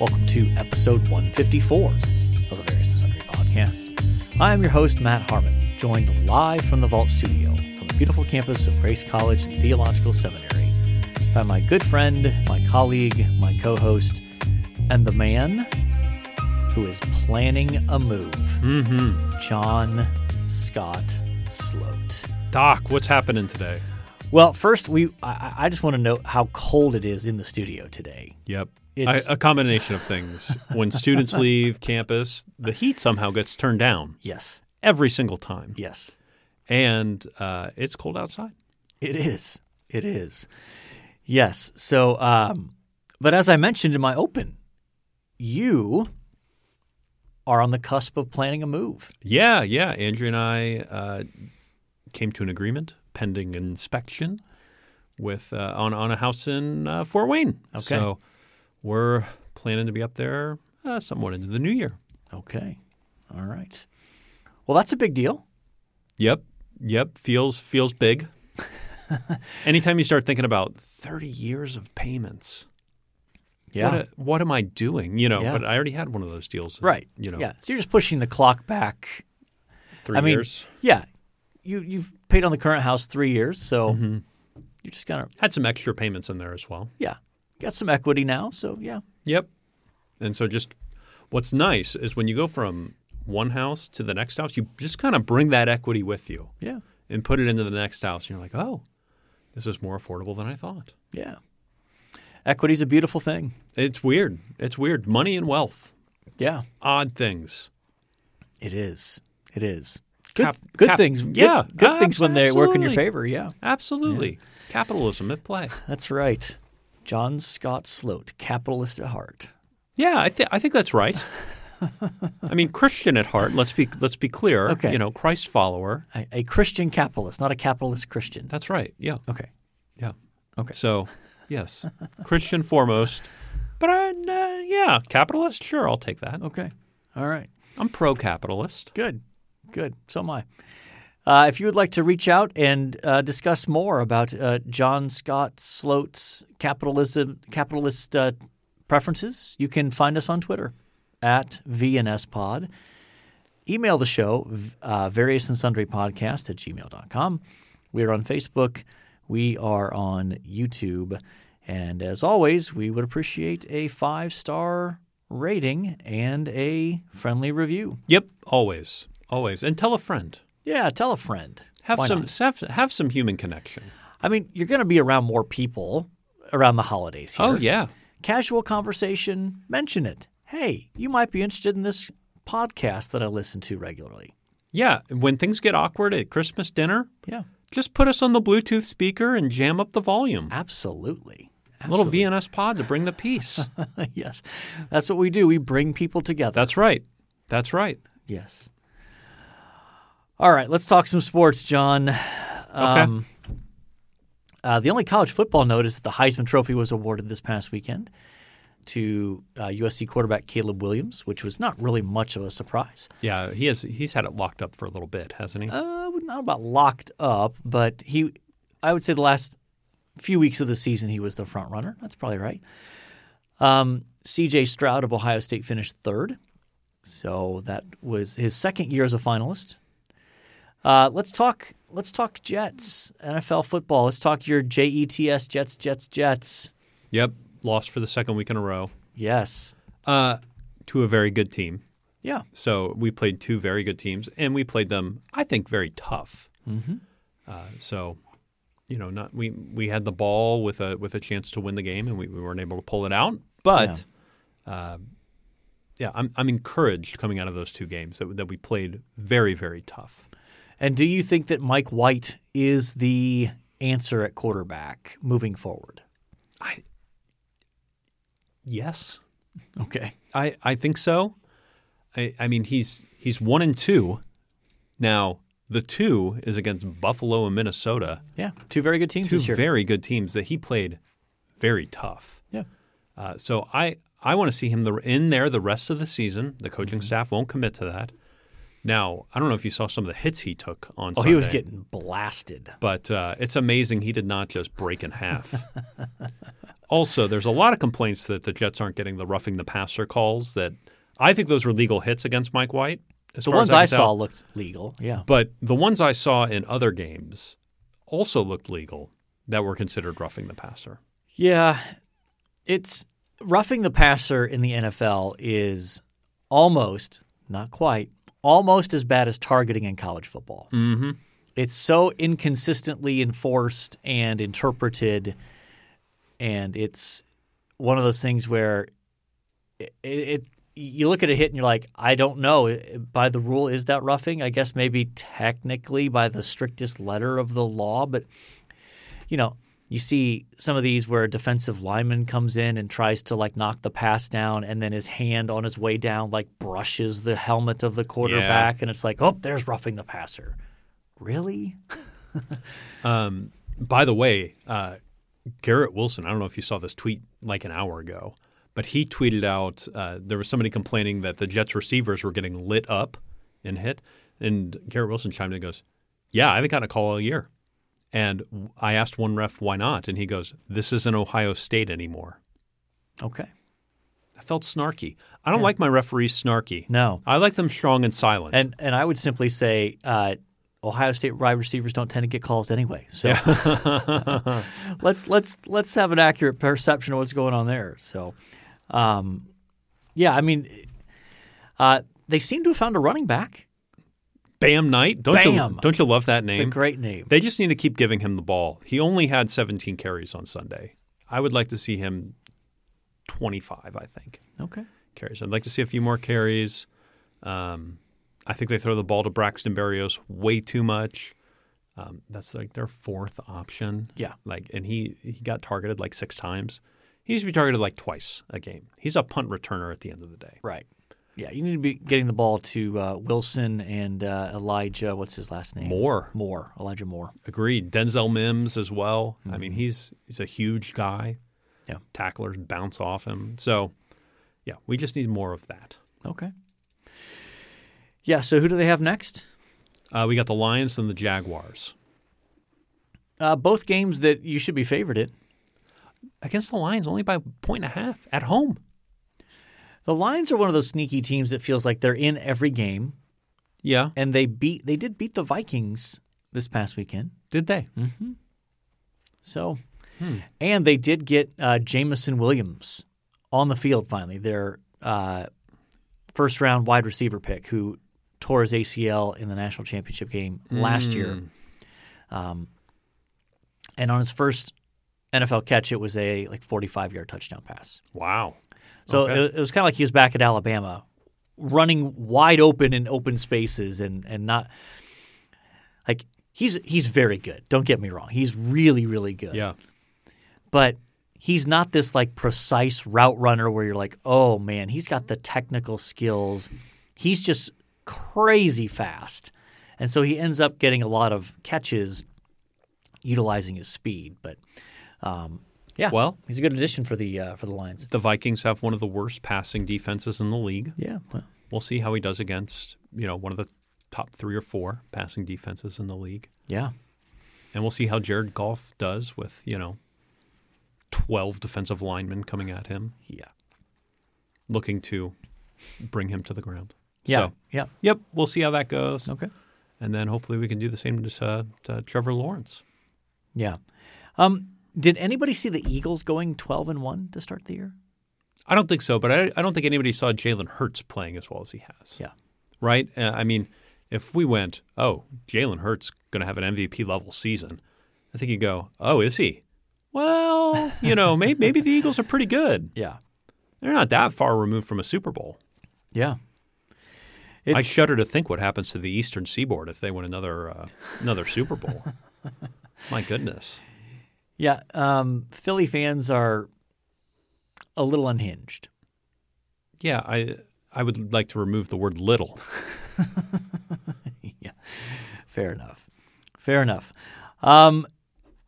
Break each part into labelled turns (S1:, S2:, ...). S1: Welcome to episode 154 of the Various and Sundry podcast. I am your host, Matt Harmon, joined live from the Vault Studio on the beautiful campus of Grace College and Theological Seminary by my good friend, my colleague, my co host, and the man who is planning a move,
S2: Mm-hmm.
S1: John Scott Sloat.
S2: Doc, what's happening today?
S1: Well, first, we I, I just want to note how cold it is in the studio today.
S2: Yep. I,
S1: It's-
S2: a combination of things. when students leave campus, the heat somehow gets turned down
S1: Yes,
S2: every single time.
S1: yes.
S2: And uh, it's cold outside.
S1: It is. It is. Yes. So, um, but as I mentioned in my open, you are on the cusp of planning a move.
S2: Yeah, yeah. Andrew and I uh, came to an agreement pending inspection with uh, on, on a house in uh, Fort Wayne.
S1: Okay.
S2: So we're planning to be up there uh, somewhat into the new year.
S1: Okay. All right. Well, that's a big deal.
S2: Yep. Yep. Feels feels big. Anytime you start thinking about 30 years of payments,
S1: Yeah.
S2: what, a, what am I doing? You know,
S1: Yeah.
S2: but I already had one of those deals. in,
S1: right.
S2: You know,
S1: Yeah. So you're just pushing the clock back.
S2: three
S1: I mean,
S2: years.
S1: Yeah. You you've paid on the current house three years, so
S2: Mm-hmm.
S1: you're just gonna
S2: Had some extra payments in there as well.
S1: yeah. Got some equity now, so yeah.
S2: Yep. And so just what's nice is when you go from one house to the next house, you just kind of bring that equity with you
S1: Yeah.
S2: and put it into the next house. And you're like, oh, this is more affordable than I thought.
S1: Yeah. Equity's a beautiful thing.
S2: It's weird. It's weird. Money and wealth,
S1: Yeah.
S2: odd things.
S1: It is. It is. Good,
S2: Cap-
S1: good
S2: cap-
S1: things. good-
S2: yeah,
S1: Good, things when they work in your
S2: absolutely.
S1: favor. Yeah.
S2: Absolutely. Capitalism at play.
S1: That's right. John Scott Sloat, capitalist at heart.
S2: Yeah, I, th- I think that's right. I mean, Christian at heart. Let's be let's be clear.
S1: Okay.
S2: You know, Christ follower.
S1: A, a Christian capitalist, not a capitalist Christian.
S2: That's right. Yeah.
S1: Okay.
S2: Yeah.
S1: Okay.
S2: So, yes, Christian foremost. But I, uh, yeah, capitalist. Sure, I'll take that.
S1: Okay. All right.
S2: I'm pro-capitalist.
S1: Good. Good. So am I. Uh, if you would like to reach out and uh, discuss more about uh, John Scott Sloat's capitalism, capitalist uh, preferences, you can find us on Twitter at VNSPod. Email the show, v- uh, various and sundry podcast at gmail.com. We are on Facebook. We are on YouTube. And as always, we would appreciate a five star rating and a friendly review.
S2: Yep. Always, always, and tell a friend.
S1: Yeah, tell a friend.
S2: Have
S1: Why
S2: some
S1: not?
S2: have, have some human connection.
S1: I mean, you're going to be around more people around the holidays here.
S2: Oh yeah.
S1: Casual conversation, mention it. Hey, you might be interested in this podcast that I listen to regularly.
S2: Yeah, when things get awkward at Christmas dinner,
S1: Yeah,
S2: just put us on the Bluetooth speaker and jam up the volume.
S1: absolutely.
S2: Little VNS pod to bring the peace.
S1: Absolutely. yes. That's what we do. We bring people together.
S2: That's right. That's right.
S1: yes. All right, let's talk some sports, John.
S2: Okay.
S1: Uh, the only college football note is that the Heisman Trophy was awarded this past weekend to uh, USC quarterback Caleb Williams, which was not really much of a surprise.
S2: yeah, he has he's had it locked up for a little bit, hasn't he?
S1: Uh, not about locked up, but he, I would say the last few weeks of the season, he was the front runner. That's probably right. Um, CJ Stroud of Ohio State finished third. So that was his second year as a finalist. Uh, let's talk. Let's talk Jets NFL football. Let's talk your Jets, Jets, Jets, Jets.
S2: yep, lost for the second week in a row
S1: Yes.
S2: uh, to a very good team.
S1: Yeah.
S2: So we played two very good teams, and we played them, I think, very tough. Uh, so, you know, not we we had the ball with a with a chance to win the game, and we, we weren't able to pull it out. But, um, yeah, uh, yeah I'm I'm encouraged coming out of those two games that that we played very very tough.
S1: And do you think that Mike White is the answer at quarterback moving forward?
S2: I yes,
S1: Okay.
S2: I, I think so. I, I mean he's he's one and two. Now the two is against Buffalo and Minnesota,
S1: Yeah. Two very good teams
S2: two
S1: this year.
S2: very good teams that he played very tough.
S1: yeah.
S2: Uh, so I I want to see him the, in there the rest of the season. The
S1: Mm-hmm.
S2: coaching staff won't commit to that. Now I don't know if you saw some of the hits he took on.
S1: Oh, he was
S2: Sunday,
S1: getting blasted.
S2: but uh, it's amazing he did not just break in half. Also, there's a lot of complaints that the Jets aren't getting the roughing the passer calls. That I think those were legal hits against Mike White. As
S1: The
S2: far
S1: ones
S2: as I,
S1: I,
S2: can tell.
S1: saw looked legal. Yeah.
S2: But the ones I saw in other games also looked legal that were considered roughing the passer.
S1: Yeah. It's roughing the passer in the NFL is almost, not quite, almost as bad as targeting in college football. Mm-hmm. It's so inconsistently enforced and interpreted. And it's one of those things where it, it you look at a hit and you're like, I don't know. By the rule, is that roughing? I guess maybe technically by the strictest letter of the law, but you know, you see some of these where a defensive lineman comes in and tries to like knock the pass down, and then his hand on his way down like brushes the helmet of the quarterback, and it's like, oh, there's roughing the passer. Really?
S2: By the way, uh, Garrett Wilson, I don't know if you saw this tweet like an hour ago, but he tweeted out uh, there was somebody complaining that the Jets receivers were getting lit up and hit. And Garrett Wilson chimed in and goes, Yeah, I haven't gotten a call all year. And w- I asked one ref, Why not? And he goes, This isn't Ohio State anymore.
S1: Okay.
S2: I felt snarky. I don't like my referees snarky.
S1: No.
S2: I like them strong and silent.
S1: And and I would simply say, uh, Ohio State wide receivers don't tend to get calls anyway. So let's let's let's have an accurate perception of what's going on there. So, um, yeah, I mean, uh, they seem to have found a running back.
S2: Bam Knight. Don't
S1: Bam.
S2: you don't you love that name?
S1: It's a great name.
S2: They just need to keep giving him the ball. He only had 17 carries on Sunday. I would like to see him 25, I think,
S1: Okay.
S2: carries. I'd like to see a few more carries. Um, I think they throw the ball to Braxton Berrios way too much. Um, that's like their fourth option.
S1: Yeah.
S2: Like, and he he got targeted like six times. He needs to be targeted like twice a game. He's a punt returner at the end of the day.
S1: Right. Yeah, you need to be getting the ball to uh, Wilson and uh, Elijah. What's his last name?
S2: More
S1: Moore. Elijah Moore.
S2: Agreed. Denzel Mims as well. I mean, he's he's a huge guy.
S1: Yeah.
S2: Tacklers bounce off him. So, yeah, we just need more of that.
S1: Okay. Yeah. So who do they have next?
S2: Uh, we got the Lions and the Jaguars.
S1: Uh, both games that you should be favored in.
S2: Against the Lions, only by point and a half at home.
S1: The Lions are one of those sneaky teams that feels like they're in every game,
S2: Yeah.
S1: and they beat they did beat the Vikings this past weekend.
S2: Did they?
S1: So, and they did get uh, Jamison Williams on the field finally. Their uh, first round wide receiver pick, who tore his ACL in the national championship game last year, um, and on his first NFL catch, it was a like forty five yard touchdown pass.
S2: Wow.
S1: So
S2: Okay.
S1: it, it was kind of like he was back at Alabama, running wide open in open spaces and and not like he's he's very good. Don't get me wrong, he's really really good.
S2: Yeah.
S1: But he's not this like precise route runner where you're like, oh man, he's got the technical skills. He's just crazy fast, and so he ends up getting a lot of catches, utilizing his speed. But um, yeah,
S2: Well-
S1: he's a good addition for the uh, for the Lions.
S2: The Vikings have one of the worst passing defenses in the league.
S1: Yeah. Well.
S2: We'll see how he does against, you know, one of the top three or four passing defenses in the league.
S1: Yeah.
S2: And we'll see how Jared Goff does with, you know, 12 defensive linemen coming at him.
S1: Yeah.
S2: looking to bring him to the ground.
S1: Yeah.
S2: So,
S1: yeah.
S2: yep. We'll see how that goes,
S1: Okay.
S2: and then hopefully we can do the same to, uh, to Trevor Lawrence.
S1: Yeah. Um, did anybody see the Eagles going 12 and 1 to start the year?
S2: I don't think so, but I, I don't think anybody saw Jalen Hurts playing as well as he has.
S1: Yeah.
S2: Right? Uh, I mean, if we went, oh, Jalen Hurts going to have an MVP level season, I think you go, oh, is he? Well, you know, may, maybe the Eagles are pretty good.
S1: Yeah.
S2: They're not that far removed from a Super Bowl.
S1: Yeah.
S2: I
S1: It's-
S2: shudder to think what happens to the Eastern Seaboard if they win another uh, another Super Bowl. My goodness.
S1: Yeah. Um, Philly fans are a little unhinged.
S2: Yeah, I I would like to remove the word little.
S1: yeah. Fair enough. Fair enough. Um,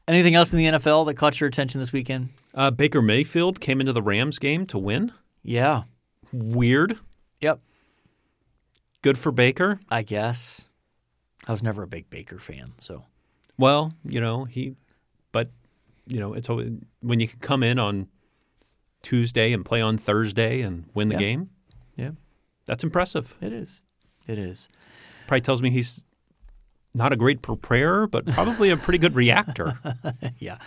S1: anything else in the NFL that caught your attention this weekend?
S2: Uh, Baker Mayfield came into the Rams game to win.
S1: Yeah.
S2: Weird.
S1: Yep.
S2: Good for Baker.
S1: I guess. I was never a big Baker fan, so
S2: Well, you know he, but you know, it's always, when you can come in on Tuesday and play on Thursday and win the
S1: Yeah.
S2: game.
S1: Yeah.
S2: That's impressive.
S1: It is. It is.
S2: Probably tells me he's not a great preparer, but probably a pretty good reactor.
S1: yeah.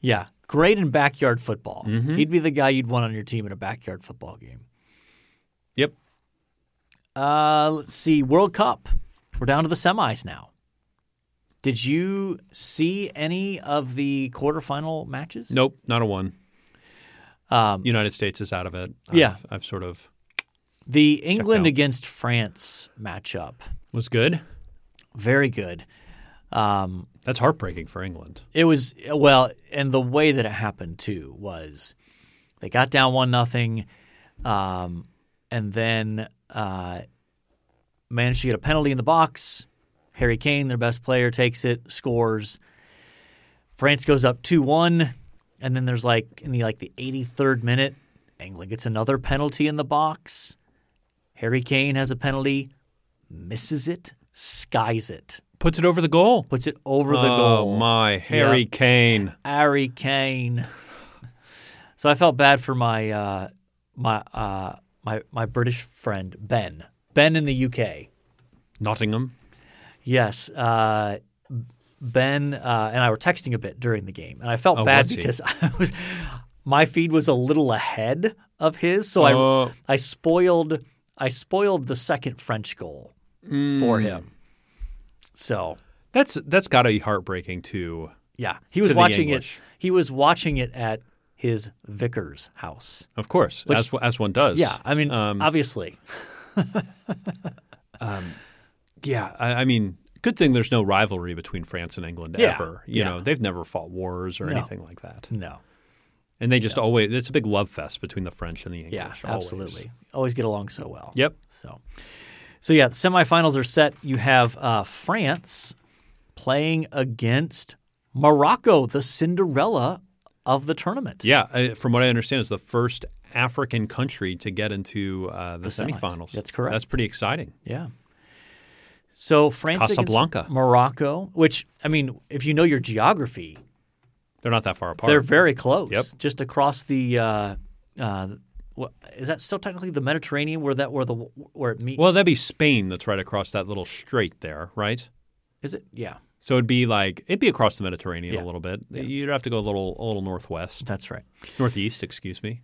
S1: Yeah. Great in backyard football. He'd be the guy you'd want on your team in a backyard football game.
S2: Yep.
S1: Uh, let's see. World Cup. We're down to the semis now. Did you see any of the quarterfinal matches?
S2: Nope, not a one.
S1: Um,
S2: United States is out of it. I've,
S1: Yeah.
S2: I've sort of
S1: the England
S2: out.
S1: against France matchup.
S2: was good.
S1: Very good. Um,
S2: That's heartbreaking for England.
S1: It was well, and the way that it happened too was they got down one nothing, um, and then uh, managed to get a penalty in the box. Harry Kane, their best player, takes it, scores. France goes up two one, and then there's like in the like the 83rd minute, England gets another penalty in the box. Harry Kane has a penalty, misses it, skies it,
S2: Puts it over the goal.
S1: puts it over the
S2: oh
S1: goal.
S2: my, Harry
S1: Yep.
S2: Kane.
S1: Harry Kane. So I felt bad for my uh, my uh, my my British friend Ben. Ben in the UK.
S2: Nottingham.
S1: Yes, uh, Ben uh, and I were texting a bit during the game, and I felt
S2: Oh,
S1: bad
S2: was he?
S1: because I was my feed was a little ahead of his, so
S2: Oh.
S1: I I spoiled I spoiled the second French goal for
S2: Hmm.
S1: him. So
S2: That's that's got to be heartbreaking too.
S1: yeah, he was
S2: the
S1: watching it.
S2: English.
S1: He was watching it at his vicar's house.
S2: Of course, as as one does.
S1: Yeah, I mean,
S2: Um,
S1: obviously.
S2: yeah. I, I mean, good thing there's no rivalry between France and England
S1: Yeah,
S2: ever. You
S1: yeah.
S2: know, they've never fought wars or anything like that,
S1: No.
S2: and they just always it's a big love fest between the French and the English.
S1: Yeah,
S2: always.
S1: absolutely. Always get along so well.
S2: Yep.
S1: So, so yeah, the semifinals are set. You have uh, France playing against Morocco, the Cinderella of the tournament.
S2: Yeah, uh, from what I understand, it's the first African country to get into uh, the,
S1: semis.
S2: semifinals.
S1: That's correct.
S2: That's pretty exciting.
S1: Yeah. So France against
S2: Casablanca.
S1: Morocco, which I mean, if you know your geography,
S2: They're not that far apart.
S1: they're very close.
S2: Yep.
S1: Just across the. Uh, uh, what, is that still technically the Mediterranean where that where the where it meets?
S2: well, that'd be Spain that's right across that little strait there, right?
S1: Is it? Yeah.
S2: So it'd be like it'd be across the Mediterranean
S1: Yeah.
S2: a little bit. You'd have to go a little a little northwest,
S1: That's right.
S2: northeast, excuse me.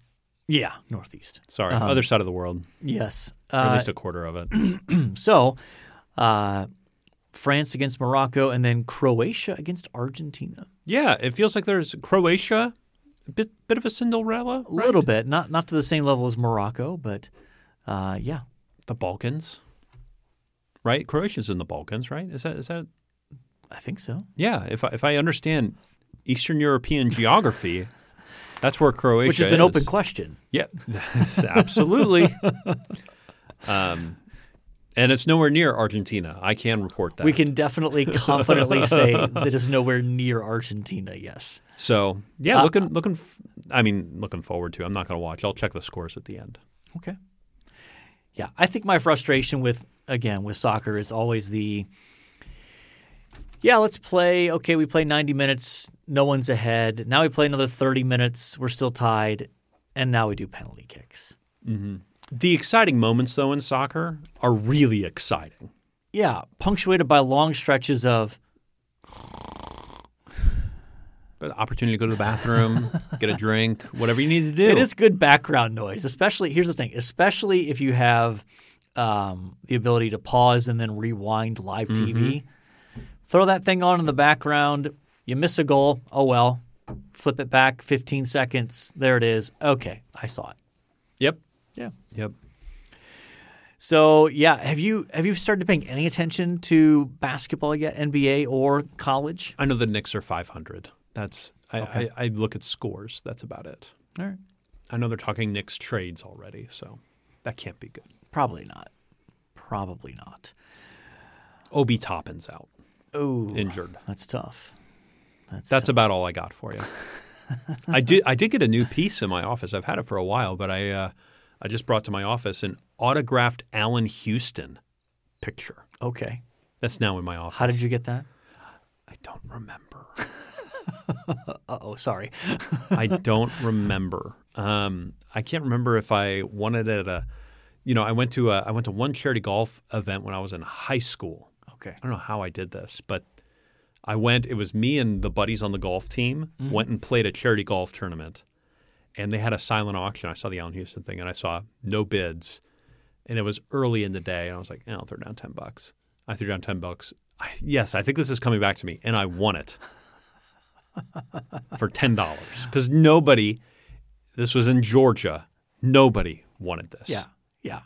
S1: Yeah, northeast.
S2: Sorry, other side of the world,
S1: Yes.
S2: or at
S1: Uh-huh. Uh,
S2: least a quarter of it.
S1: so, uh, France against Morocco, and then Croatia against Argentina.
S2: yeah, it feels like there's Croatia, a bit bit of a Cinderella,
S1: A little bit, not not to the same level as Morocco, but uh, yeah,
S2: the Balkans, right? Croatia's in the Balkans, right? Is that is that?
S1: I think so.
S2: Yeah, if I, if I understand Eastern European geography, that's where Croatia
S1: Which is an open question.
S2: Yeah, absolutely. um, and it's nowhere near Argentina. I can report that.
S1: We can definitely confidently say that it's nowhere near Argentina. Yes.
S2: So yeah,
S1: Ah.
S2: looking looking. f- I mean, looking forward to. I'm not going to watch. I'll check the scores at the end.
S1: Okay. Yeah, I think my frustration with again with soccer is always the yeah, let's play. Okay, we play 90 minutes. No one's ahead. Now we play another 30 minutes. We're still tied, and now we do penalty kicks.
S2: The exciting moments, though, in soccer are really exciting.
S1: Yeah, punctuated by long stretches of
S2: But opportunity to go to the bathroom, get a drink, whatever you need to do.
S1: it is good background noise. Especially here's the thing, especially if you have um, the ability to pause and then rewind live TV. Throw that thing on in the background. You miss a goal. Oh well. Flip it back 15 seconds. There it is. Okay, I saw it.
S2: Yep.
S1: Yeah.
S2: Yep.
S1: So yeah, have you have you started paying any attention to basketball yet, NBA or college?
S2: I know the Knicks are 500. That's I, I, I look at scores. That's about it.
S1: All right.
S2: I know they're talking Knicks trades already, so that can't be good.
S1: Probably not. Probably not.
S2: Obi Toppin's out,
S1: Oh,
S2: injured.
S1: that's tough.
S2: That's about all I got for you. I did. I did get a new piece in my office. I've had it for a while, but I uh, I just brought to my office an autographed Allen Houston picture.
S1: Okay.
S2: That's now in my office.
S1: How did you get that?
S2: I don't remember.
S1: Uh oh, sorry.
S2: I don't remember. Um, I can't remember if I won it at a, you know, I went to a, I went to one charity golf event when I was in high school.
S1: Okay.
S2: I don't know how I did this, but I went. It was me and the buddies on the golf team
S1: Mm-hmm.
S2: went and played a charity golf tournament, and they had a silent auction. I saw the Allen Houston thing, and I saw no bids, and it was early in the day, and I was like, eh, I'll throw down ten bucks. I threw down ten bucks. I, yes, I think this is coming back to me, and I won it for ten dollars because nobody. This was in Georgia. Nobody wanted this.
S1: Yeah. Yeah.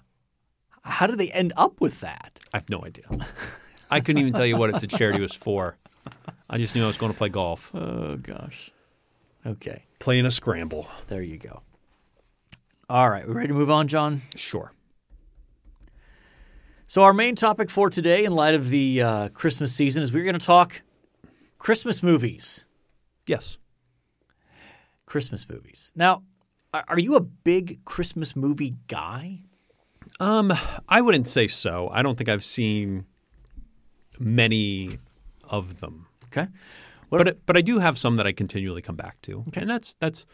S1: How did they end up with that?
S2: I have no idea. I couldn't even tell you what the charity was for. I just knew I was going to play golf,
S1: Oh gosh. Okay.
S2: playing a scramble.
S1: There you go. All right, we ready to move on, John?
S2: Sure.
S1: So our main topic for today, in light of the uh, Christmas season, is we're going to talk Christmas movies.
S2: Yes.
S1: Christmas movies. Now, are are you a big Christmas movie guy?
S2: I wouldn't say so. I don't think I've seen many of them,
S1: Okay.
S2: but it, but I do have some that I continually come back to, and that's that's.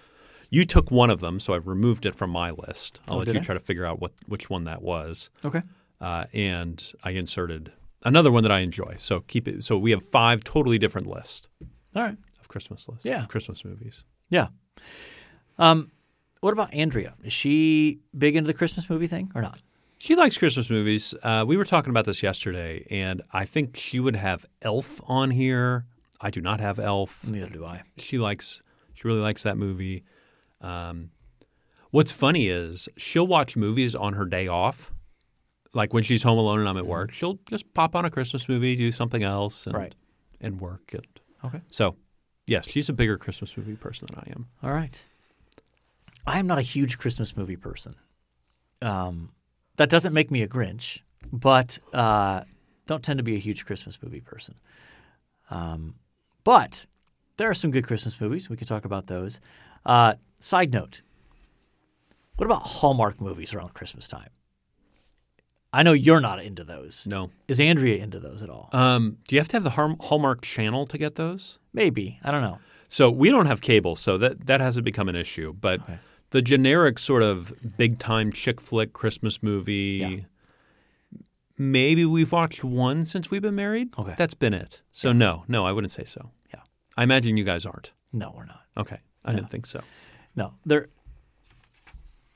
S2: You took one of them, so I've removed it from my list. I'll let
S1: did
S2: you
S1: I?
S2: try to figure out what which one that was.
S1: Okay.
S2: uh, and I inserted another one that I enjoy. So keep it. So we have five totally different lists
S1: All right.
S2: of Christmas lists.
S1: Yeah.
S2: of Christmas movies.
S1: Yeah. Um, what about Andrea? Is she big into the Christmas movie thing or not?
S2: She likes Christmas movies. Uh, we were talking about this yesterday, and I think she would have Elf on here. I do not have Elf.
S1: Neither do I.
S2: She likes. She really likes that movie. Um, what's funny is she'll watch movies on her day off. Like when she's home alone and I'm at work, she'll just pop on a Christmas movie, do something else, and
S1: Right.
S2: and work and
S1: Okay.
S2: So, yes, she's a bigger Christmas movie person than I am.
S1: All right. I am not a huge Christmas movie person. Um, that doesn't make me a Grinch, but uh, don't tend to be a huge Christmas movie person. Um, but there are some good Christmas movies. We can talk about those. Uh, side note: What about Hallmark movies around Christmas time? I know you're not into those.
S2: No.
S1: Is Andrea into those at all?
S2: Um, do you have to have the Har- Hallmark channel to get those?
S1: Maybe I don't know.
S2: So we don't have cable, so that that hasn't become an issue. But the generic sort of big time chick flick Christmas movie, maybe we've watched one since we've been married.
S1: Okay.
S2: that's been it. So no, no, I wouldn't say so.
S1: Yeah.
S2: I imagine you guys aren't.
S1: No, we're not.
S2: Okay, I didn't think so.
S1: No, they're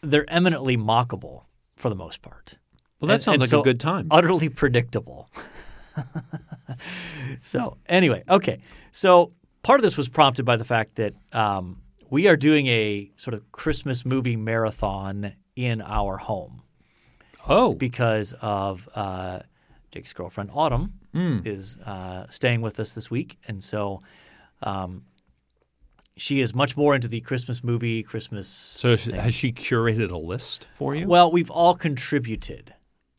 S1: they're eminently mockable for the most part.
S2: Well, that
S1: And-
S2: sounds
S1: and
S2: like
S1: so
S2: a good time.
S1: Utterly predictable. so anyway, okay. So part of this was prompted by the fact that um, we are doing a sort of Christmas movie marathon in our home
S2: oh,
S1: because of uh, Jake's girlfriend Autumn is uh, staying with us this week, and so um, she is much more into the Christmas movie, Christmas
S2: so has she curated a list for you?
S1: Well, we've all contributed.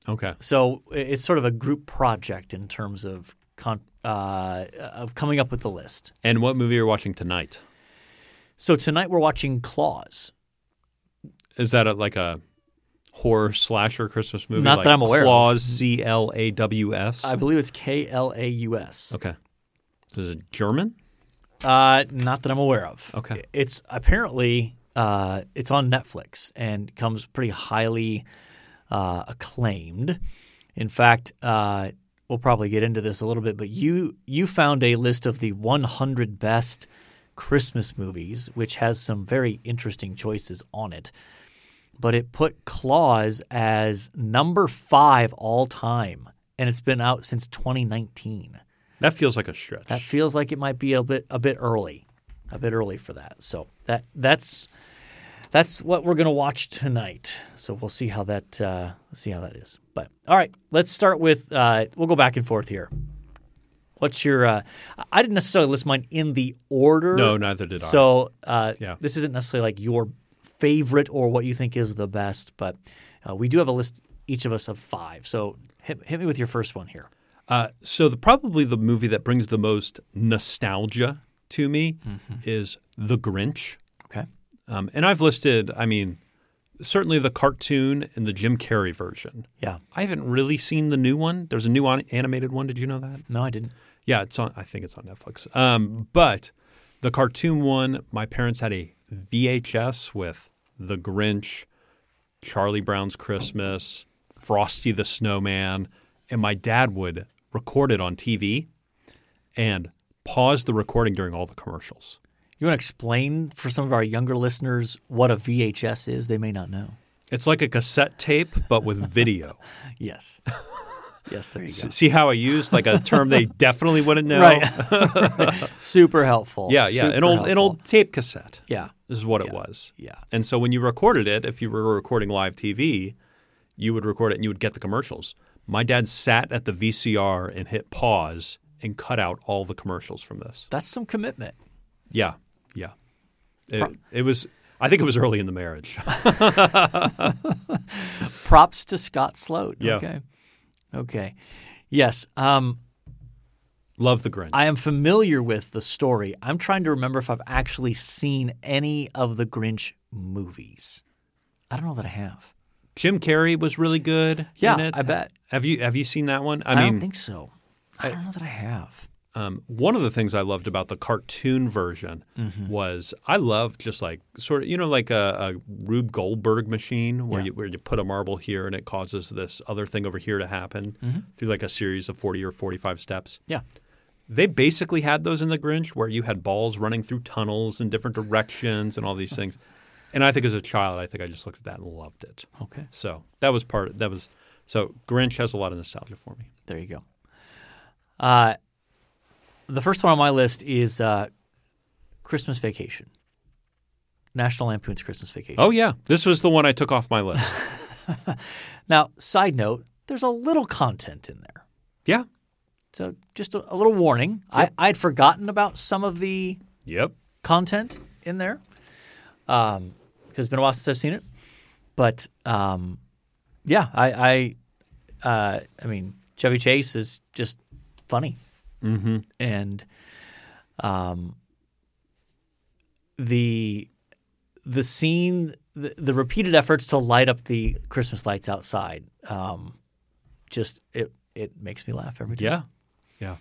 S2: okay,
S1: So i- it's sort of a group project in terms of con- uh, of coming up with the list.
S2: and what movie are you watching tonight?
S1: So tonight we're watching Claws.
S2: Is that a, like a horror slasher Christmas movie?
S1: Not
S2: like
S1: that I'm aware of.
S2: Claws, C L A W S.
S1: I believe it's K L A U S.
S2: Okay. Is it German?
S1: Uh, not that I'm aware of.
S2: Okay.
S1: It's apparently uh, it's on Netflix and comes pretty highly uh, acclaimed. In fact, uh, we'll probably get into this a little bit, but you you found a list of the 100 best Christmas movies, which has some very interesting choices on it. But it put Claus as number five all time, and it's been out since 2019.
S2: That feels like a stretch.
S1: That feels like it might be a bit a bit early, a bit early for that. So that that's that's what we're gonna watch tonight. So we'll see how that uh, see how that is. But all right, let's start with uh, we'll go back and forth here. What's your? Uh, I didn't necessarily list mine in the order.
S2: no, neither did I.
S1: So uh,
S2: Yeah.
S1: this isn't necessarily like your favorite or what you think is the best, but uh, we do have a list each of us of five. So hit, hit me with your first one here.
S2: uh, so the probably the movie that brings the most nostalgia to me is The Grinch.
S1: Okay.
S2: Um, and I've listed, I mean, certainly the cartoon and the Jim Carrey version.
S1: Yeah.
S2: I haven't really seen the new one. There's a new on- animated one. Did you know that?
S1: No, I didn't.
S2: Yeah, it's on. I think it's on Netflix. Um, but The cartoon one, my parents had a VHS with The Grinch, Charlie Brown's Christmas, Frosty the Snowman, and my dad would record it on TV and pause the recording during all the commercials.
S1: You want to explain for some of our younger listeners what a VHS is? They may not know.
S2: It's like a cassette tape, but with video.
S1: Yes. Yes, there you go.
S2: S- See how I used like a term they definitely wouldn't know.
S1: Right. Super helpful.
S2: Yeah, yeah.
S1: Super
S2: An old an
S1: helpful.
S2: old tape cassette.
S1: Yeah.
S2: is what
S1: Yeah.
S2: it was.
S1: Yeah.
S2: And so when you recorded it, if you were recording live TV, you would record it and you would get the commercials. My dad sat at the VCR and hit pause and cut out all the commercials from this.
S1: That's some commitment.
S2: Yeah, yeah. It, it was. I think it was early in the marriage.
S1: Props to Scott Sloat.
S2: Yeah.
S1: Okay. Okay. Yes. Um,
S2: Love the Grinch.
S1: I am familiar with the story. I'm trying to remember if I've actually seen any of the Grinch movies. I don't know that I have.
S2: Jim Carrey was really good.
S1: Yeah,
S2: in it.
S1: I bet.
S2: Have you Have you seen that one? I,
S1: I,
S2: mean,
S1: don't think so. I, don't know that I have.
S2: um, one of the things I loved about the cartoon version was I loved just like sort of you know like a, a Rube Goldberg machine where you where you put a marble here and it causes this other thing over here to happen through like a series of forty or forty five steps.
S1: Yeah.
S2: They basically had those in the Grinch where you had balls running through tunnels in different directions and all these things. And I think as a child, I think I just looked at that and loved it.
S1: Okay.
S2: So that was part. That was so Grinch has a lot of nostalgia for me.
S1: There you go. Uh, the first one on my list is uh, Christmas Vacation. National Lampoon's Christmas Vacation.
S2: Oh yeah, this was the one I took off my list.
S1: Now, side note, there's a little content in there.
S2: yeah.
S1: So just a, a little warning. I, I'd forgotten about some of the
S2: Yep.
S1: content in there because it's been a while since I've seen it. But um, yeah, I I, uh, I mean Chevy Chase is just funny, mm-hmm. and um, the the scene the, the repeated efforts to light up the Christmas lights outside um, just it it makes me laugh every time.
S2: Yeah. Yeah.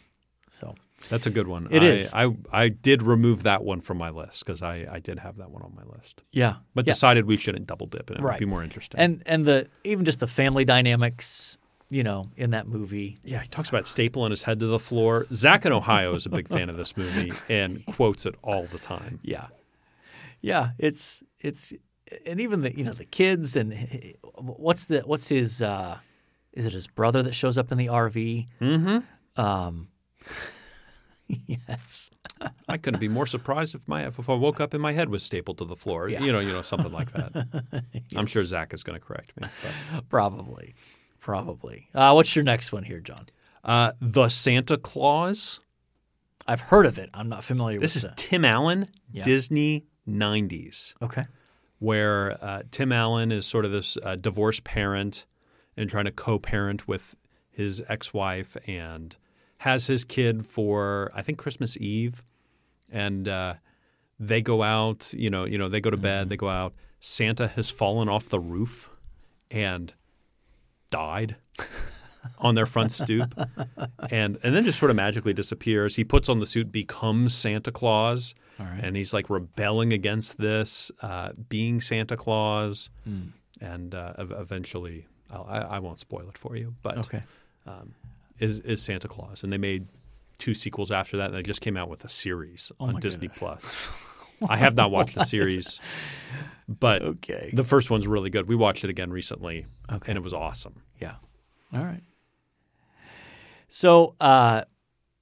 S1: So
S2: That's a good one.
S1: It
S2: I,
S1: is.
S2: I, I did remove that one from my list because I, I did have that one on my list,
S1: yeah,
S2: but
S1: yeah.
S2: decided we shouldn't double dip and it
S1: Right.
S2: would be more interesting.
S1: and and the even just the family dynamics you know in that movie
S2: yeah, he talks about stapling his head to the floor. Zach in Ohio is a big fan of this movie and quotes it all the time.
S1: yeah yeah it's it's and even the you know the kids and h- h- what's the what's his uh is it his brother that shows up in the rv mm-hmm um yes
S2: I couldn't be more surprised if my if I woke up and my head was stapled to the floor. You know, you know, something like that. I'm sure Zach is going to correct me. but.
S1: probably probably uh what's your next one here john
S2: Uh, the Santa Claus.
S1: i've heard of it i'm not familiar
S2: This
S1: with
S2: is Tim Allen, Disney 90s.
S1: the- okay
S2: where uh, Tim Allen is sort of this uh, divorced parent and trying to co-parent with his ex-wife and has his kid for I think Christmas Eve, and uh, they go out. You know, you know, they go to bed. They go out. Santa has fallen off the roof and died on their front stoop, and and then just sort of magically disappears. He puts on the suit, becomes Santa Claus, and he's like rebelling against this, uh, being Santa Claus, and uh, ev- eventually, I'll, I, I won't spoil it for you, but
S1: okay
S2: is is Santa Claus, and they made two sequels after that, and they just came out with a series on
S1: my
S2: Disney Plus. I have not watched the series, but
S1: Okay.
S2: the first one's really good. We watched it again recently, and it was awesome.
S1: Yeah. All right. So uh,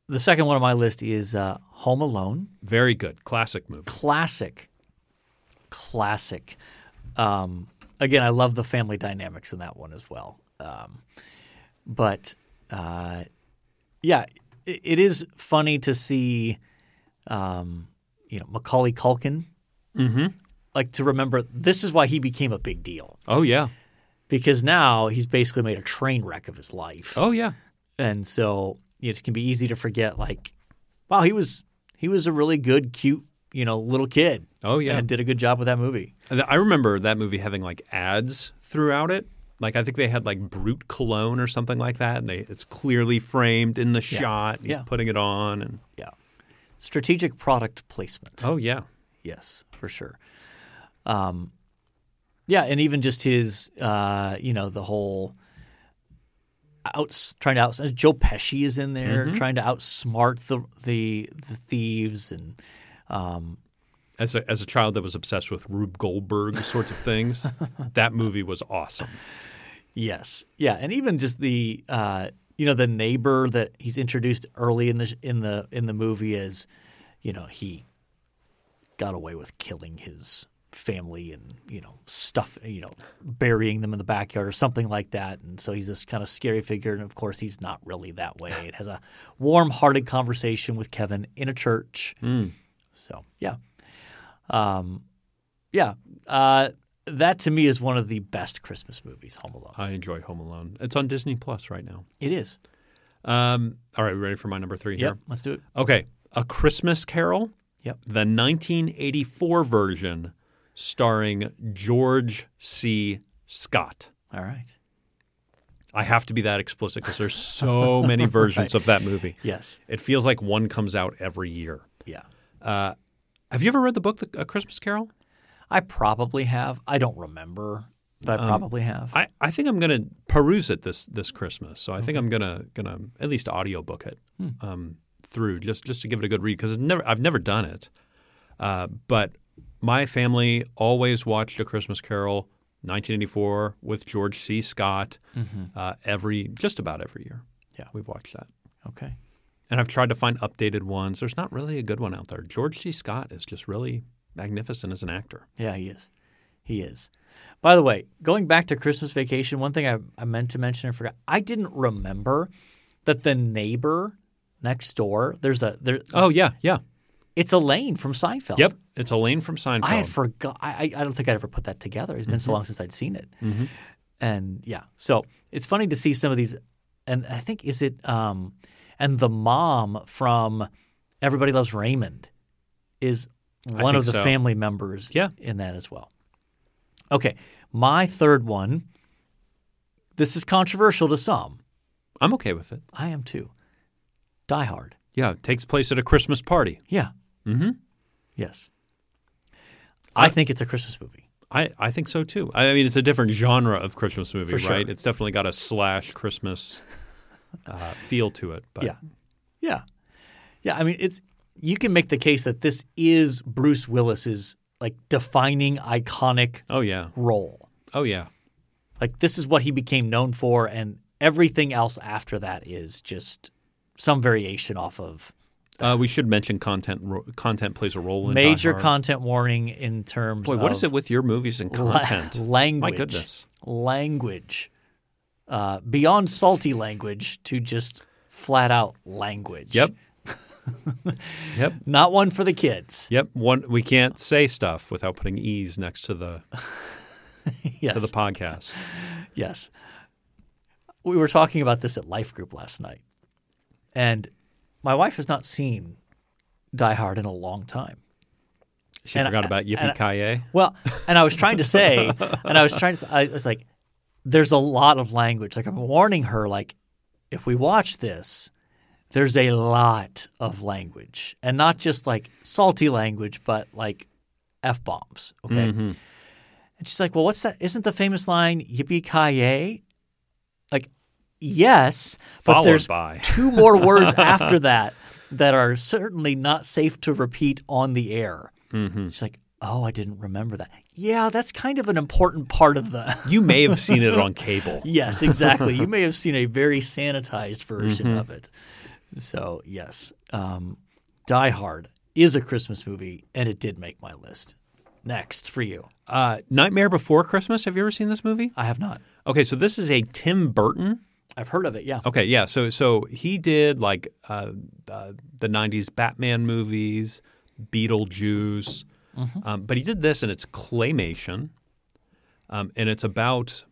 S1: the second one on my list is uh, Home Alone.
S2: Very good, classic movie.
S1: Classic. Classic. Um, again, I love the family dynamics in that one as well. Um, but uh, yeah, i it is funny to see, um, you know, Macaulay Culkin. Mm-hmm. Like to remember, this is why he became a big deal
S2: Oh yeah,
S1: because now he's basically made a train wreck of his life.
S2: oh yeah.
S1: and so it can be easy to forget like wow he was he was a really good cute you know little kid
S2: Oh, yeah.
S1: and did a good job with that movie
S2: And I remember that movie having like ads throughout it. Like I think they had like brute cologne or something like that, and they it's clearly framed in the shot. He's
S1: Yeah.
S2: putting it on, and
S1: yeah strategic product placement.
S2: Oh yeah,
S1: Yes, for sure. Um, yeah, and even just his, uh, you know, the whole outs trying to out. Joe Pesci is in there
S2: Mm-hmm.
S1: trying to outsmart the the the thieves, and
S2: as a, as a child that was obsessed with Rube Goldberg sorts of things, that movie was awesome.
S1: yes, yeah, and even just the uh, you know the neighbor that he's introduced early in the in the in the movie is, you know, he got away with killing his family and you know stuff you know burying them in the backyard or something like that and so he's this kind of scary figure and of course he's not really that way it has a warm-hearted conversation with kevin in a church so yeah um yeah uh that to me is one of the best christmas movies home alone
S2: I enjoy Home Alone. It's on Disney Plus right now.
S1: it is
S2: Um, all right, ready for my number three
S1: yep
S2: here?
S1: let's do it
S2: Okay, A Christmas Carol,
S1: yep
S2: the 1984 version, starring George C. Scott.
S1: all right
S2: I have to be that explicit because there's so many versions of that movie.
S1: yes
S2: It feels like one comes out every year.
S1: yeah
S2: Have you ever read the book, The- A Christmas Carol?
S1: i probably have i don't remember but Um, i probably have
S2: I, I think I'm going to peruse it this this Christmas. So I think I'm going to gonna at least audiobook it
S1: Hmm.
S2: um, through just just to give it a good read because never I've never done it. Uh, but my family always watched A Christmas Carol 1984 with George C. Scott uh, every just about every year.
S1: Mm-hmm. Yeah.
S2: we've watched that.
S1: okay
S2: And I've tried to find updated ones. There's not really a good one out there. George C. Scott is just really magnificent as an actor.
S1: Yeah, he is. He is. By the way, going back to Christmas vacation, one thing I, I meant to mention and forgot. I didn't remember that the neighbor next door, there's a there
S2: Oh yeah, yeah.
S1: it's Elaine from Seinfeld.
S2: Yep, it's Elaine from Seinfeld.
S1: I had forgot I, I I don't think I'd ever put that together. It's been
S2: Mm-hmm.
S1: so long since I'd seen it. And yeah. So it's funny to see some of these and I think is it um and the mom from Everybody Loves Raymond is one
S2: think
S1: of the
S2: so.
S1: family members
S2: Yeah.
S1: in that as well. Okay. My third one. This is controversial to some.
S2: I'm okay with it.
S1: I am too. Die Hard.
S2: Yeah, it takes place at a Christmas party.
S1: Yeah. Mm-hmm. Yes. I think it's a Christmas movie.
S2: I, I think so too. I mean, it's a different genre of Christmas movie,
S1: For sure.
S2: right? It's definitely got a slash Christmas uh, feel to it. But
S1: Yeah. Yeah. Yeah. I mean, it's you can make the case that this is Bruce Willis's like defining iconic
S2: oh yeah,
S1: role.
S2: oh yeah,
S1: Like this is what he became known for, and everything else after that is just some variation off of
S2: uh, we should mention content. Ro- content plays a role in Die
S1: major
S2: Hard.
S1: content warning in terms
S2: Boy,
S1: of
S2: what is it with your movies and
S1: la-
S2: content?
S1: language.
S2: My goodness.
S1: Language. Uh, beyond salty language to just flat out language.
S2: Yep. yep.
S1: Not one for the kids.
S2: Yep. One we can't say stuff without putting e's next to the
S1: Yes.
S2: to the podcast.
S1: Yes. We were talking about this at Life Group last night. And my wife has not seen Die Hard in a long time.
S2: She
S1: And I-
S2: forgot about Yippee Ki Yay.
S1: Well, and I was trying to say, and I was trying to, I was like, there's a lot of language. Like, I'm warning her, like, if we watch this, there's a lot of language and not just like salty language, but like F bombs. Okay.
S2: Mm-hmm.
S1: And she's like, well, what's that? Isn't the famous line, yippee ki yay? Like, yes, but
S2: Followed
S1: there's
S2: by.
S1: two more words after that that are certainly not safe to repeat on the air.
S2: Mm-hmm.
S1: She's like, oh, I didn't remember that. Yeah, that's kind of an important part of the.
S2: You may have seen it on cable.
S1: yes, exactly. you may have seen a very sanitized version
S2: Mm-hmm.
S1: of it. So, yes, um, Die Hard is a Christmas movie, and it did make my list. Next for you.
S2: Uh, Nightmare Before Christmas. Have you ever seen this movie?
S1: I have not.
S2: Okay, so this is a Tim Burton.
S1: I've heard of it, yeah.
S2: Okay, yeah. So so he did like uh, uh, the '90s Batman movies, Beetlejuice, um, but he did this, and it's claymation, um, and it's about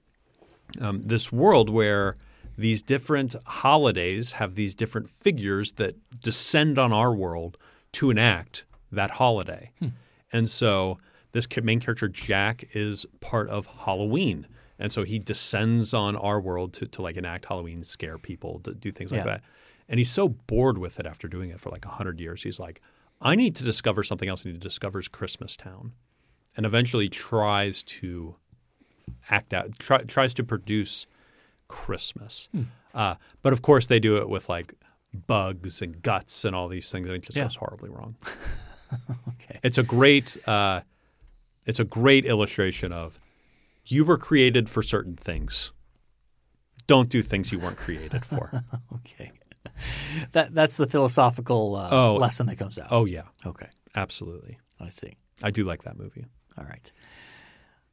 S2: um, this world where these different holidays have these different figures that descend on our world to enact that holiday. And so this ki- main character, Jack, is part of Halloween. And so he descends on our world to, to like enact Halloween, scare people, to do things like
S1: Yeah.
S2: that. And he's so bored with it after doing it for like 100 years. He's like, I need to discover something else. And he discovers Christmas Town, and eventually tries to act out, try, tries to produce Christmas.
S1: Hmm.
S2: Uh, but of course, they do it with like bugs and guts and all these things, and it just
S1: Yeah.
S2: goes horribly wrong.
S1: Okay.
S2: It's a great, uh, it's a great illustration of you were created for certain things. Don't do things you weren't created for.
S1: Okay. That that's the philosophical uh,
S2: Oh.
S1: lesson that comes out.
S2: oh yeah,
S1: Okay.
S2: absolutely.
S1: I see.
S2: I do like that movie.
S1: All right.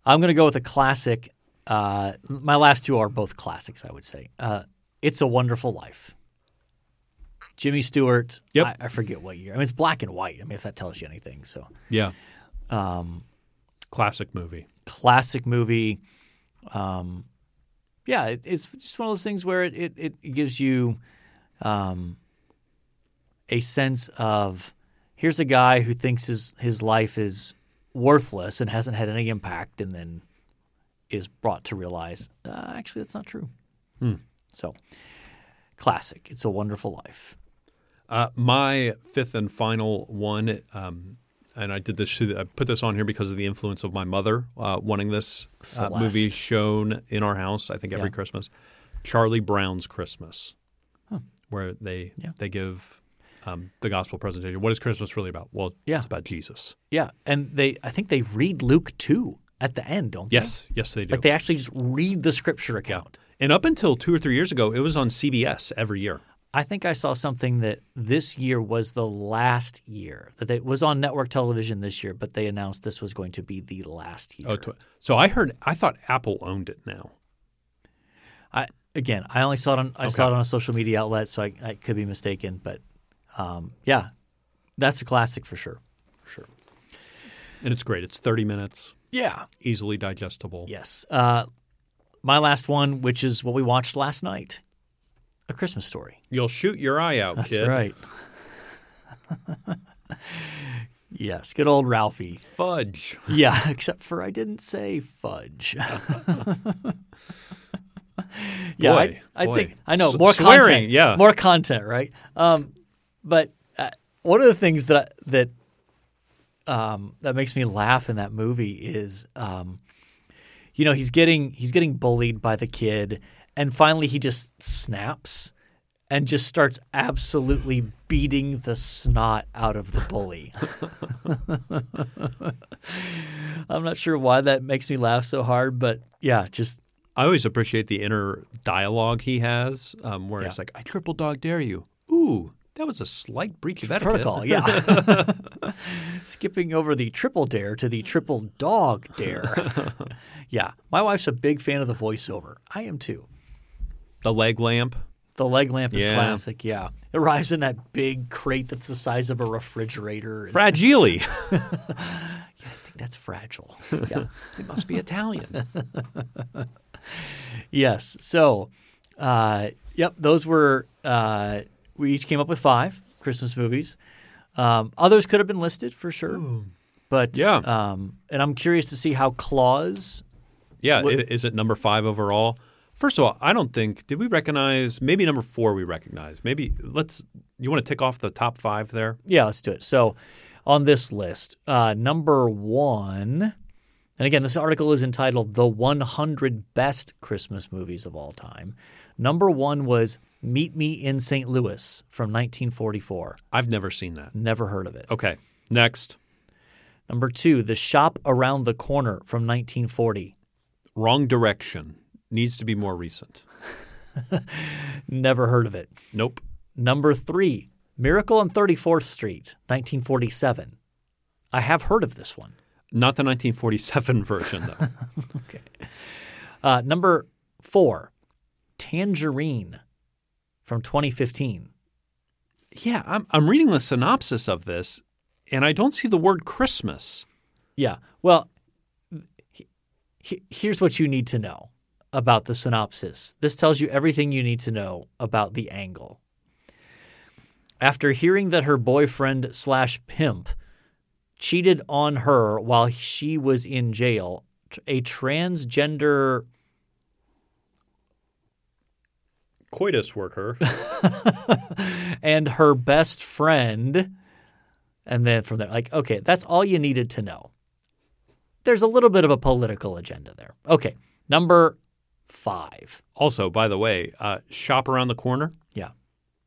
S1: I'm going to go with a classic. Uh, my last two are both classics, I would say. Uh, it's a Wonderful Life. Jimmy Stewart.
S2: Yep.
S1: I, I forget what year. I mean, it's black and white. I mean, if that tells you anything. So,
S2: Yeah. Um,
S1: Um,
S2: Classic movie.
S1: classic movie. Um, yeah, it, it's just one of those things where it, it, it gives you um, a sense of here's a guy who thinks his, his life is worthless and hasn't had any impact, and then is brought to realize uh, actually that's not true. So, classic. It's a wonderful life.
S2: Uh, my fifth and final one, um, and I did this. through the- I put this on here because of the influence of my mother uh, wanting this uh,
S1: Celeste.
S2: movie shown in our house. I think every
S1: Yeah.
S2: Christmas, Charlie Brown's Christmas, where they
S1: Yeah.
S2: they give um, the gospel presentation. What is Christmas really about? Well,
S1: Yeah.
S2: it's about Jesus.
S1: Yeah, and they I think they read Luke two at the end, don't they?
S2: Yes, yes, they do.
S1: Like they actually just read the scripture account.
S2: and up until two or three years ago, it was on CBS every year.
S1: I think I saw something that this year was the last year that it was on network television this year, but they announced this was going to be the last year.
S2: Oh, tw- so I heard. I thought Apple owned it now.
S1: I again, I only saw it on I saw it on a social media outlet, so I, I could be mistaken, but um, yeah, that's a classic for sure.
S2: for sure. And it's great. It's 30 minutes,
S1: Yeah.
S2: easily digestible.
S1: Yes. Uh, my last one, which is what we watched last night, A Christmas Story.
S2: You'll shoot your eye out,
S1: That's
S2: kid.
S1: right. yes, good old Ralphie.
S2: Fudge.
S1: Yeah, except for I didn't say fudge. yeah,
S2: Boy,
S1: I, I
S2: boy.
S1: think I know
S2: S-
S1: more
S2: swearing,
S1: content.
S2: yeah.
S1: more content, right? Um, but uh, one of the things that I, that um, that makes me laugh in that movie is, um, you know, he's getting he's getting bullied by the kid, and finally he just snaps and just starts absolutely beating the snot out of the bully. I'm not sure why that makes me laugh so hard, but yeah, just
S2: I always appreciate the inner dialogue he has um, where it's like, I triple dog dare you. Ooh, that was a slight breach of etiquette.
S1: protocol. Yeah. Skipping over the triple dare to the triple dog dare. yeah. My wife's a big fan of the voiceover. I am too.
S2: The leg lamp.
S1: The leg lamp is
S2: Yeah.
S1: classic. Yeah. It arrives in that big crate that's the size of a refrigerator. and
S2: Fragile.
S1: I think that's fragile. Yeah.
S2: it must be Italian.
S1: Yes. So, uh, yep, those were, uh, we each came up with five Christmas movies. Um, others could have been listed for sure. But,
S2: Yeah.
S1: um, and I'm curious to see how Claus,
S2: Yeah. i- Is it number five overall? First of all, I don't think, did we recognize, maybe number four we recognize. Maybe let's, you want to tick off the top five there?
S1: yeah, let's do it. So, on this list, uh, number one, and again, this article is entitled The 100 Best Christmas Movies of All Time. Number one was Meet Me in St. Louis from 1944.
S2: I've never seen that.
S1: Never heard of it.
S2: Okay. Next.
S1: Number two, The Shop Around the Corner from 1940.
S2: Wrong direction needs to be more recent.
S1: Never heard of it.
S2: Nope.
S1: Number three, Miracle on 34th Street, 1947. I have heard of this one.
S2: Not the 1947 version, though.
S1: Okay. Uh, number four, Tangerine from 2015.
S2: yeah, I'm, I'm reading the synopsis of this, and I don't see the word Christmas.
S1: Yeah. Well, he- he- here's what you need to know about the synopsis. This tells you everything you need to know about the angle. After hearing that her boyfriend slash pimp cheated on her while she was in jail, tr- a transgender
S2: Coitus worker.
S1: and her best friend And then from there, like, okay, that's all you needed to know. There's a little bit of a political agenda there. Okay, number five.
S2: Also, by the way, uh, Shop Around the Corner,
S1: Yeah.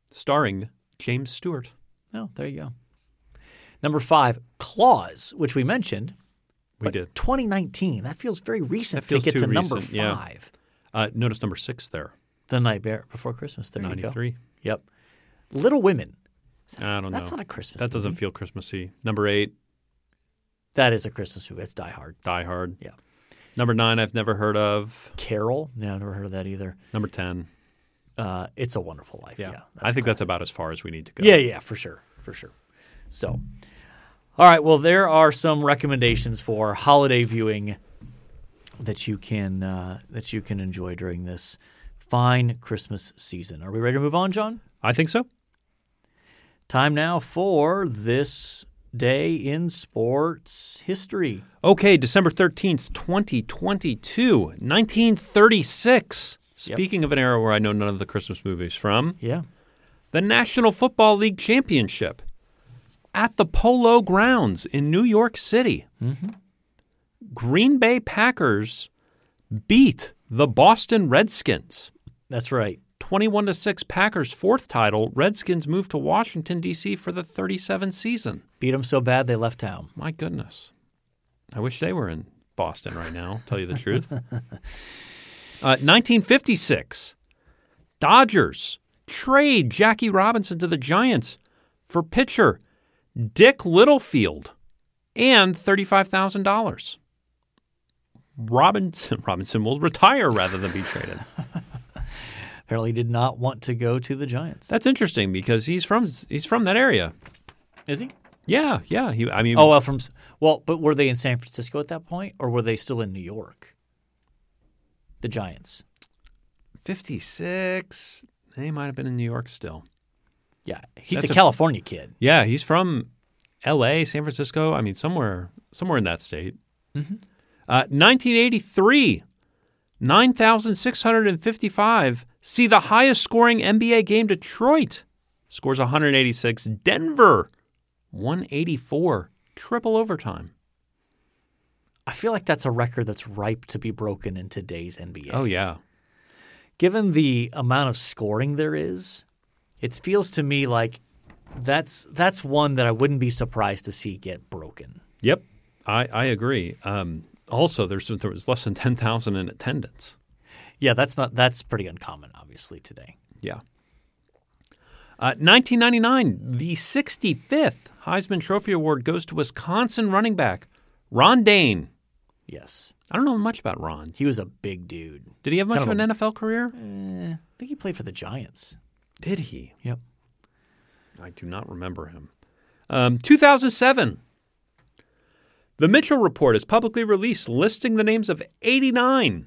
S2: starring James Stewart.
S1: Oh, there you go. Number five, Claws, which we mentioned.
S2: We did.
S1: 2019. That feels very recent
S2: That feels
S1: to get
S2: too
S1: to number
S2: recent, yeah.
S1: five.
S2: Uh, notice number six there,
S1: The Night Bear Before Christmas. There you
S2: 93.
S1: go. Yep. Little Women.
S2: I don't
S1: That's
S2: know.
S1: not a Christmas
S2: that doesn't
S1: movie.
S2: feel Christmassy. Number eight,
S1: That is a Christmas movie. It's Die Hard.
S2: Die Hard.
S1: Yeah.
S2: Number nine, I've never heard of.
S1: Carol. No, never heard of that either.
S2: Number 10.
S1: Uh, it's a Wonderful Life. Yeah.
S2: Yeah. I think that's about as far as we need to go.
S1: Yeah, yeah, for sure, for sure. So, all right. Well, there are some recommendations for holiday viewing that you can uh, that you can enjoy during this fine Christmas season. Are we ready to move on, John?
S2: I think so.
S1: Time now for this day in sports history.
S2: Okay, December 13th, 2022, 1936. Speaking of an era where I know none of the Christmas movies from,
S1: Yeah.
S2: the National Football League Championship at the Polo Grounds in New York City. Green Bay Packers beat the Boston Redskins.
S1: That's right.
S2: 21 to 6 Packers fourth title. Redskins moved to Washington D.C. for the 37th season.
S1: Beat them so bad they left town.
S2: My goodness. I wish they were in Boston right now, tell you the truth. Uh, 1956, Dodgers trade Jackie Robinson to the Giants for pitcher Dick Littlefield and $35,000. Robinson Robinson will retire rather than be traded.
S1: Apparently, did not want to go to the Giants.
S2: That's interesting because he's from he's from that area.
S1: Is he?
S2: Yeah, yeah. He, I mean,
S1: Oh well, from s- well, but were they in San Francisco at that point, or were they still in New York? The Giants.
S2: 56. They might have been in New York still.
S1: Yeah, he's
S2: That's
S1: a
S2: a-
S1: California kid.
S2: Yeah, he's from L.A., San Francisco. I mean, somewhere, somewhere in that state. Uh, 1983, 9,655. See the highest scoring NBA game. Detroit scores 186. Denver, 184. Triple overtime.
S1: I feel like that's a record that's ripe to be broken in today's NBA.
S2: Oh yeah,
S1: Given the amount of scoring there is, it feels to me like that's that's one that I wouldn't be surprised to see get broken.
S2: yep. I I agree. Um, also, there's there was less than 10,000 in attendance.
S1: Yeah, that's not that's pretty uncommon, obviously today.
S2: Yeah. Uh, 1999, the 65th Heisman Trophy Award goes to Wisconsin running back Ron Dane.
S1: Yes,
S2: I don't know much about Ron.
S1: he was a big dude.
S2: Did he have much
S1: Kind
S2: of
S1: of
S2: an NFL career?
S1: I think he played for the Giants.
S2: Did he?
S1: Yep.
S2: I do not remember him. Um, 2007. The Mitchell Report is publicly released listing the names of 89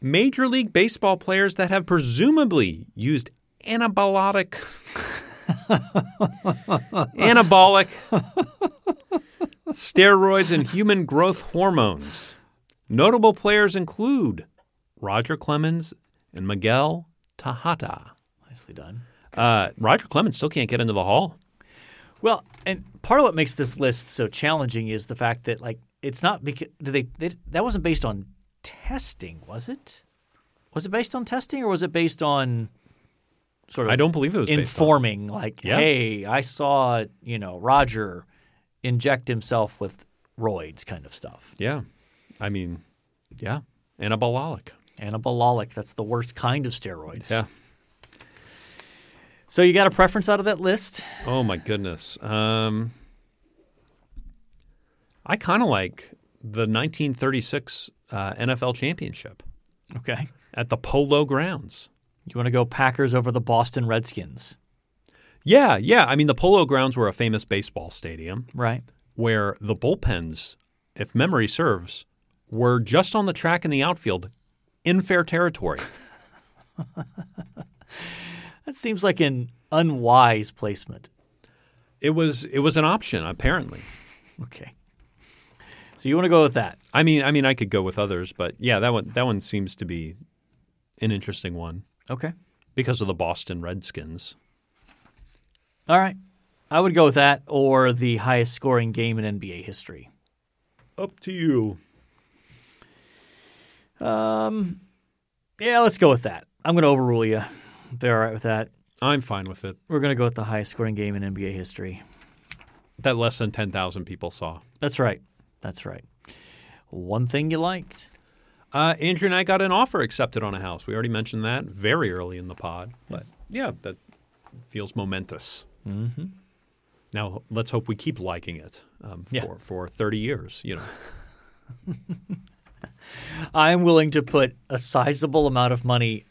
S2: Major League Baseball players that have presumably used anabolic anabolic steroids and human growth hormones. Notable players include Roger Clemens and Miguel Tejada.
S1: Nicely done.
S2: Uh, Roger Clemens still can't get into the hall.
S1: Well, and part of what makes this list so challenging is the fact that like it's not because do they, they that wasn't based on testing, was it? Was it based on testing or was it based on sort of
S2: I don't believe it was based on-
S1: informing like
S2: Yeah.
S1: hey, I saw, you know, Roger inject himself with roids kind of stuff.
S2: Yeah, I mean, yeah, anabolic.
S1: Anabolic, that's the worst kind of steroids.
S2: Yeah.
S1: So you got a preference out of that list?
S2: Oh my goodness. Um, I kind of like the 1936 uh, NFL championship
S1: Okay.
S2: at the Polo Grounds.
S1: You want to go Packers over the Boston Redskins,
S2: Yeah, yeah. I mean, the Polo Grounds were a famous baseball stadium
S1: right?
S2: where the bullpens, if memory serves, were just on the track in the outfield in fair territory.
S1: That seems like an unwise placement.
S2: It was it was an option apparently.
S1: Okay. So you want to go with that?
S2: I mean, I mean, I could go with others, but yeah, that one that one seems to be an interesting one
S1: Okay.
S2: because of the Boston Redskins.
S1: All right. I would go with that or the highest scoring game in NBA history.
S2: Up to you.
S1: Um, yeah, let's go with that. I'm going to overrule you. They're all right with that.
S2: I'm fine with it.
S1: We're going to go with the highest scoring game in NBA history.
S2: That less than 10,000 people saw.
S1: That's right. That's right. One thing you liked.
S2: Uh, Andrew and I got an offer accepted on a house. We already mentioned that very early in the pod. But yeah, that feels momentous. Mm-hmm. Now, let's hope we keep liking it um,
S1: Yeah.
S2: for, for 30 years, you know.
S1: I'm willing to put a sizable amount of money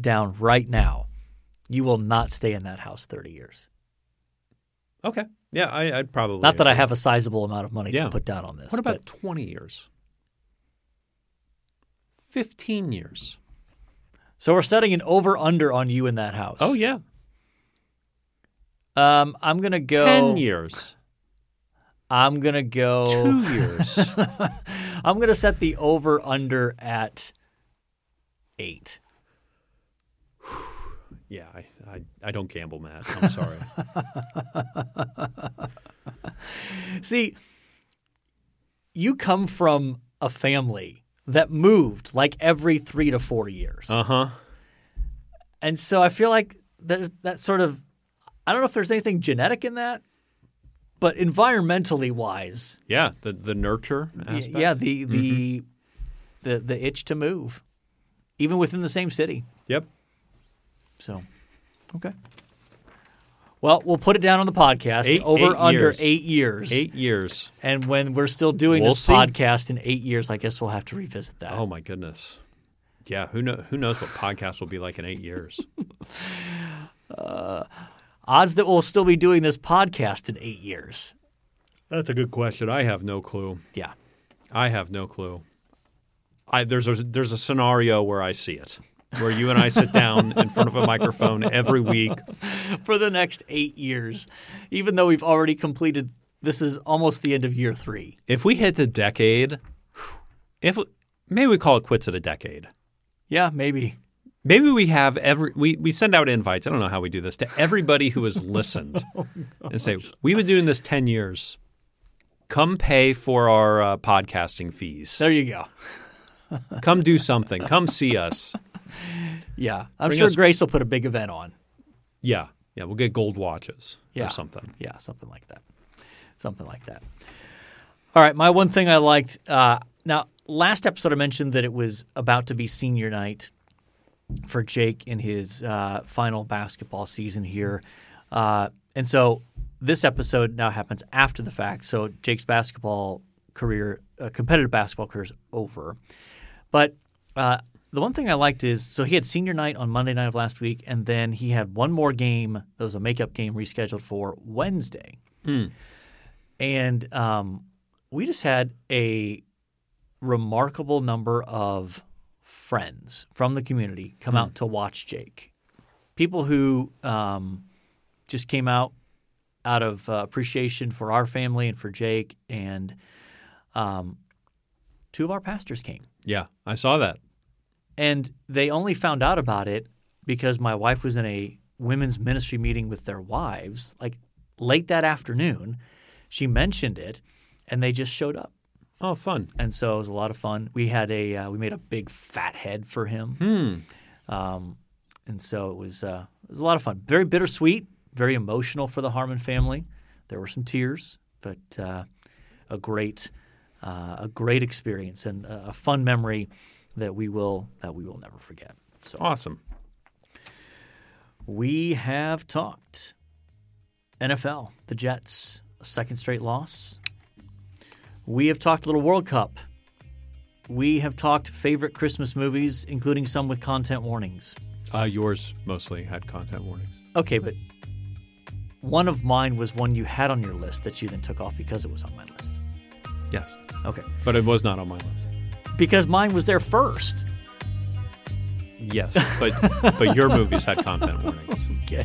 S1: down right now. You will not stay in that house 30 years.
S2: Okay. Yeah, I, I'd probably.
S1: Not that I have a sizable amount of money
S2: Yeah.
S1: to put down on this.
S2: What about
S1: but
S2: 20 years? 15 years.
S1: so we're setting an over under on you in that house.
S2: Oh, yeah.
S1: Um, I'm gonna go.
S2: 10 years.
S1: I'm gonna go.
S2: Two years.
S1: I'm gonna set the over under at eight.
S2: yeah, I, I, I don't gamble, Matt. I'm sorry.
S1: See, you come from a family that moved like every three to four years,
S2: uh huh.
S1: and so I feel like there's that sort of. I don't know if there's anything genetic in that, but environmentally wise,
S2: Yeah, the, the nurture
S1: y-
S2: aspect. Mm-hmm.
S1: yeah, the the the the itch to move, even within the same city.
S2: Yep.
S1: So, okay. Well, we'll put it down on the podcast
S2: Eight-
S1: over
S2: eight
S1: under
S2: years.
S1: eight years.
S2: Eight years.
S1: And when we're still doing
S2: We'll
S1: this
S2: see.
S1: podcast in eight years, I guess we'll have to revisit that.
S2: Oh my goodness. Yeah, who know, who knows what podcasts will be like in eight years?
S1: Odds that we'll still be doing this podcast in eight years.
S2: That's a good question. I have no clue.
S1: Yeah.
S2: I have no clue. I there's a there's a scenario where I see it, where you and I sit down in front of a microphone every week.
S1: For the next eight years, even though we've already completed, this is almost the end of year three.
S2: If we hit the decade, if maybe we call it quits at a decade.
S1: Yeah, maybe.
S2: Maybe we have every we, we send out invites. I don't know how we do this to everybody who has listened, and say we've been doing this ten years. Come pay for our uh, podcasting fees.
S1: There you go.
S2: Come do something. Come see us.
S1: Yeah. I'm
S2: Bring
S1: sure
S2: us-
S1: Grace will put a big event on.
S2: Yeah, yeah. We'll get gold watches
S1: Yeah.
S2: or something.
S1: Yeah, something like that. Something like that. All right, my one thing I liked. Uh, now, last episode I mentioned that it was about to be senior night for Jake in his uh, final basketball season here, uh, and so this episode now happens after the fact. So Jake's basketball career, uh, competitive basketball career, is over. But uh, the one thing I liked is so he had senior night on Monday night of last week, and then he had one more game. There was a makeup game rescheduled for Wednesday, and um, we just had a remarkable number of friends from the community come out to watch Jake. People who um, just came out out of uh, appreciation for our family and for Jake, and um, two of our pastors came
S2: Yeah, I saw that.
S1: and they only found out about it because my wife was in a women's ministry meeting with their wives like late that afternoon she mentioned it and they just showed up
S2: Oh, fun.
S1: and so it was a lot of fun we had a uh, we made a big fat head for him um, and so it was uh, it was a lot of fun very bittersweet very emotional for the harmon family there were some tears but uh, a great uh, a great experience and a a fun memory that we will that we will never forget so
S2: Awesome.
S1: we have talked NFL, the Jets, a second straight loss. We have talked a little World Cup. We have talked favorite Christmas movies, including some with content warnings.
S2: Uh, yours mostly had content warnings.
S1: Okay, but one of mine was one you had on your list that you then took off because it was on my list.
S2: Yes,
S1: Okay.
S2: but it was not on my list.
S1: Because mine was there first.
S2: Yes, but but your movies had content warnings.
S1: Okay.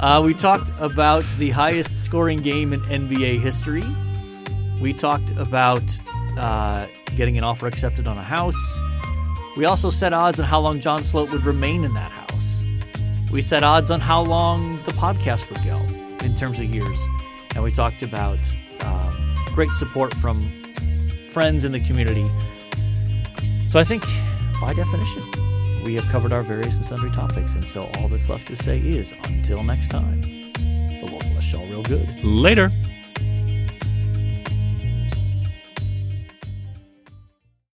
S1: Uh, we talked about the highest scoring game in NBA history. We talked about uh, getting an offer accepted on a house. We also set odds on how long John Sloat would remain in that house. We set odds on how long the podcast would go. in terms of years. And we talked about um, great support from friends in the community. So I think, by definition, we have covered our various and sundry topics. And so all that's left to say is until next time, the localists shall real good.
S2: Later.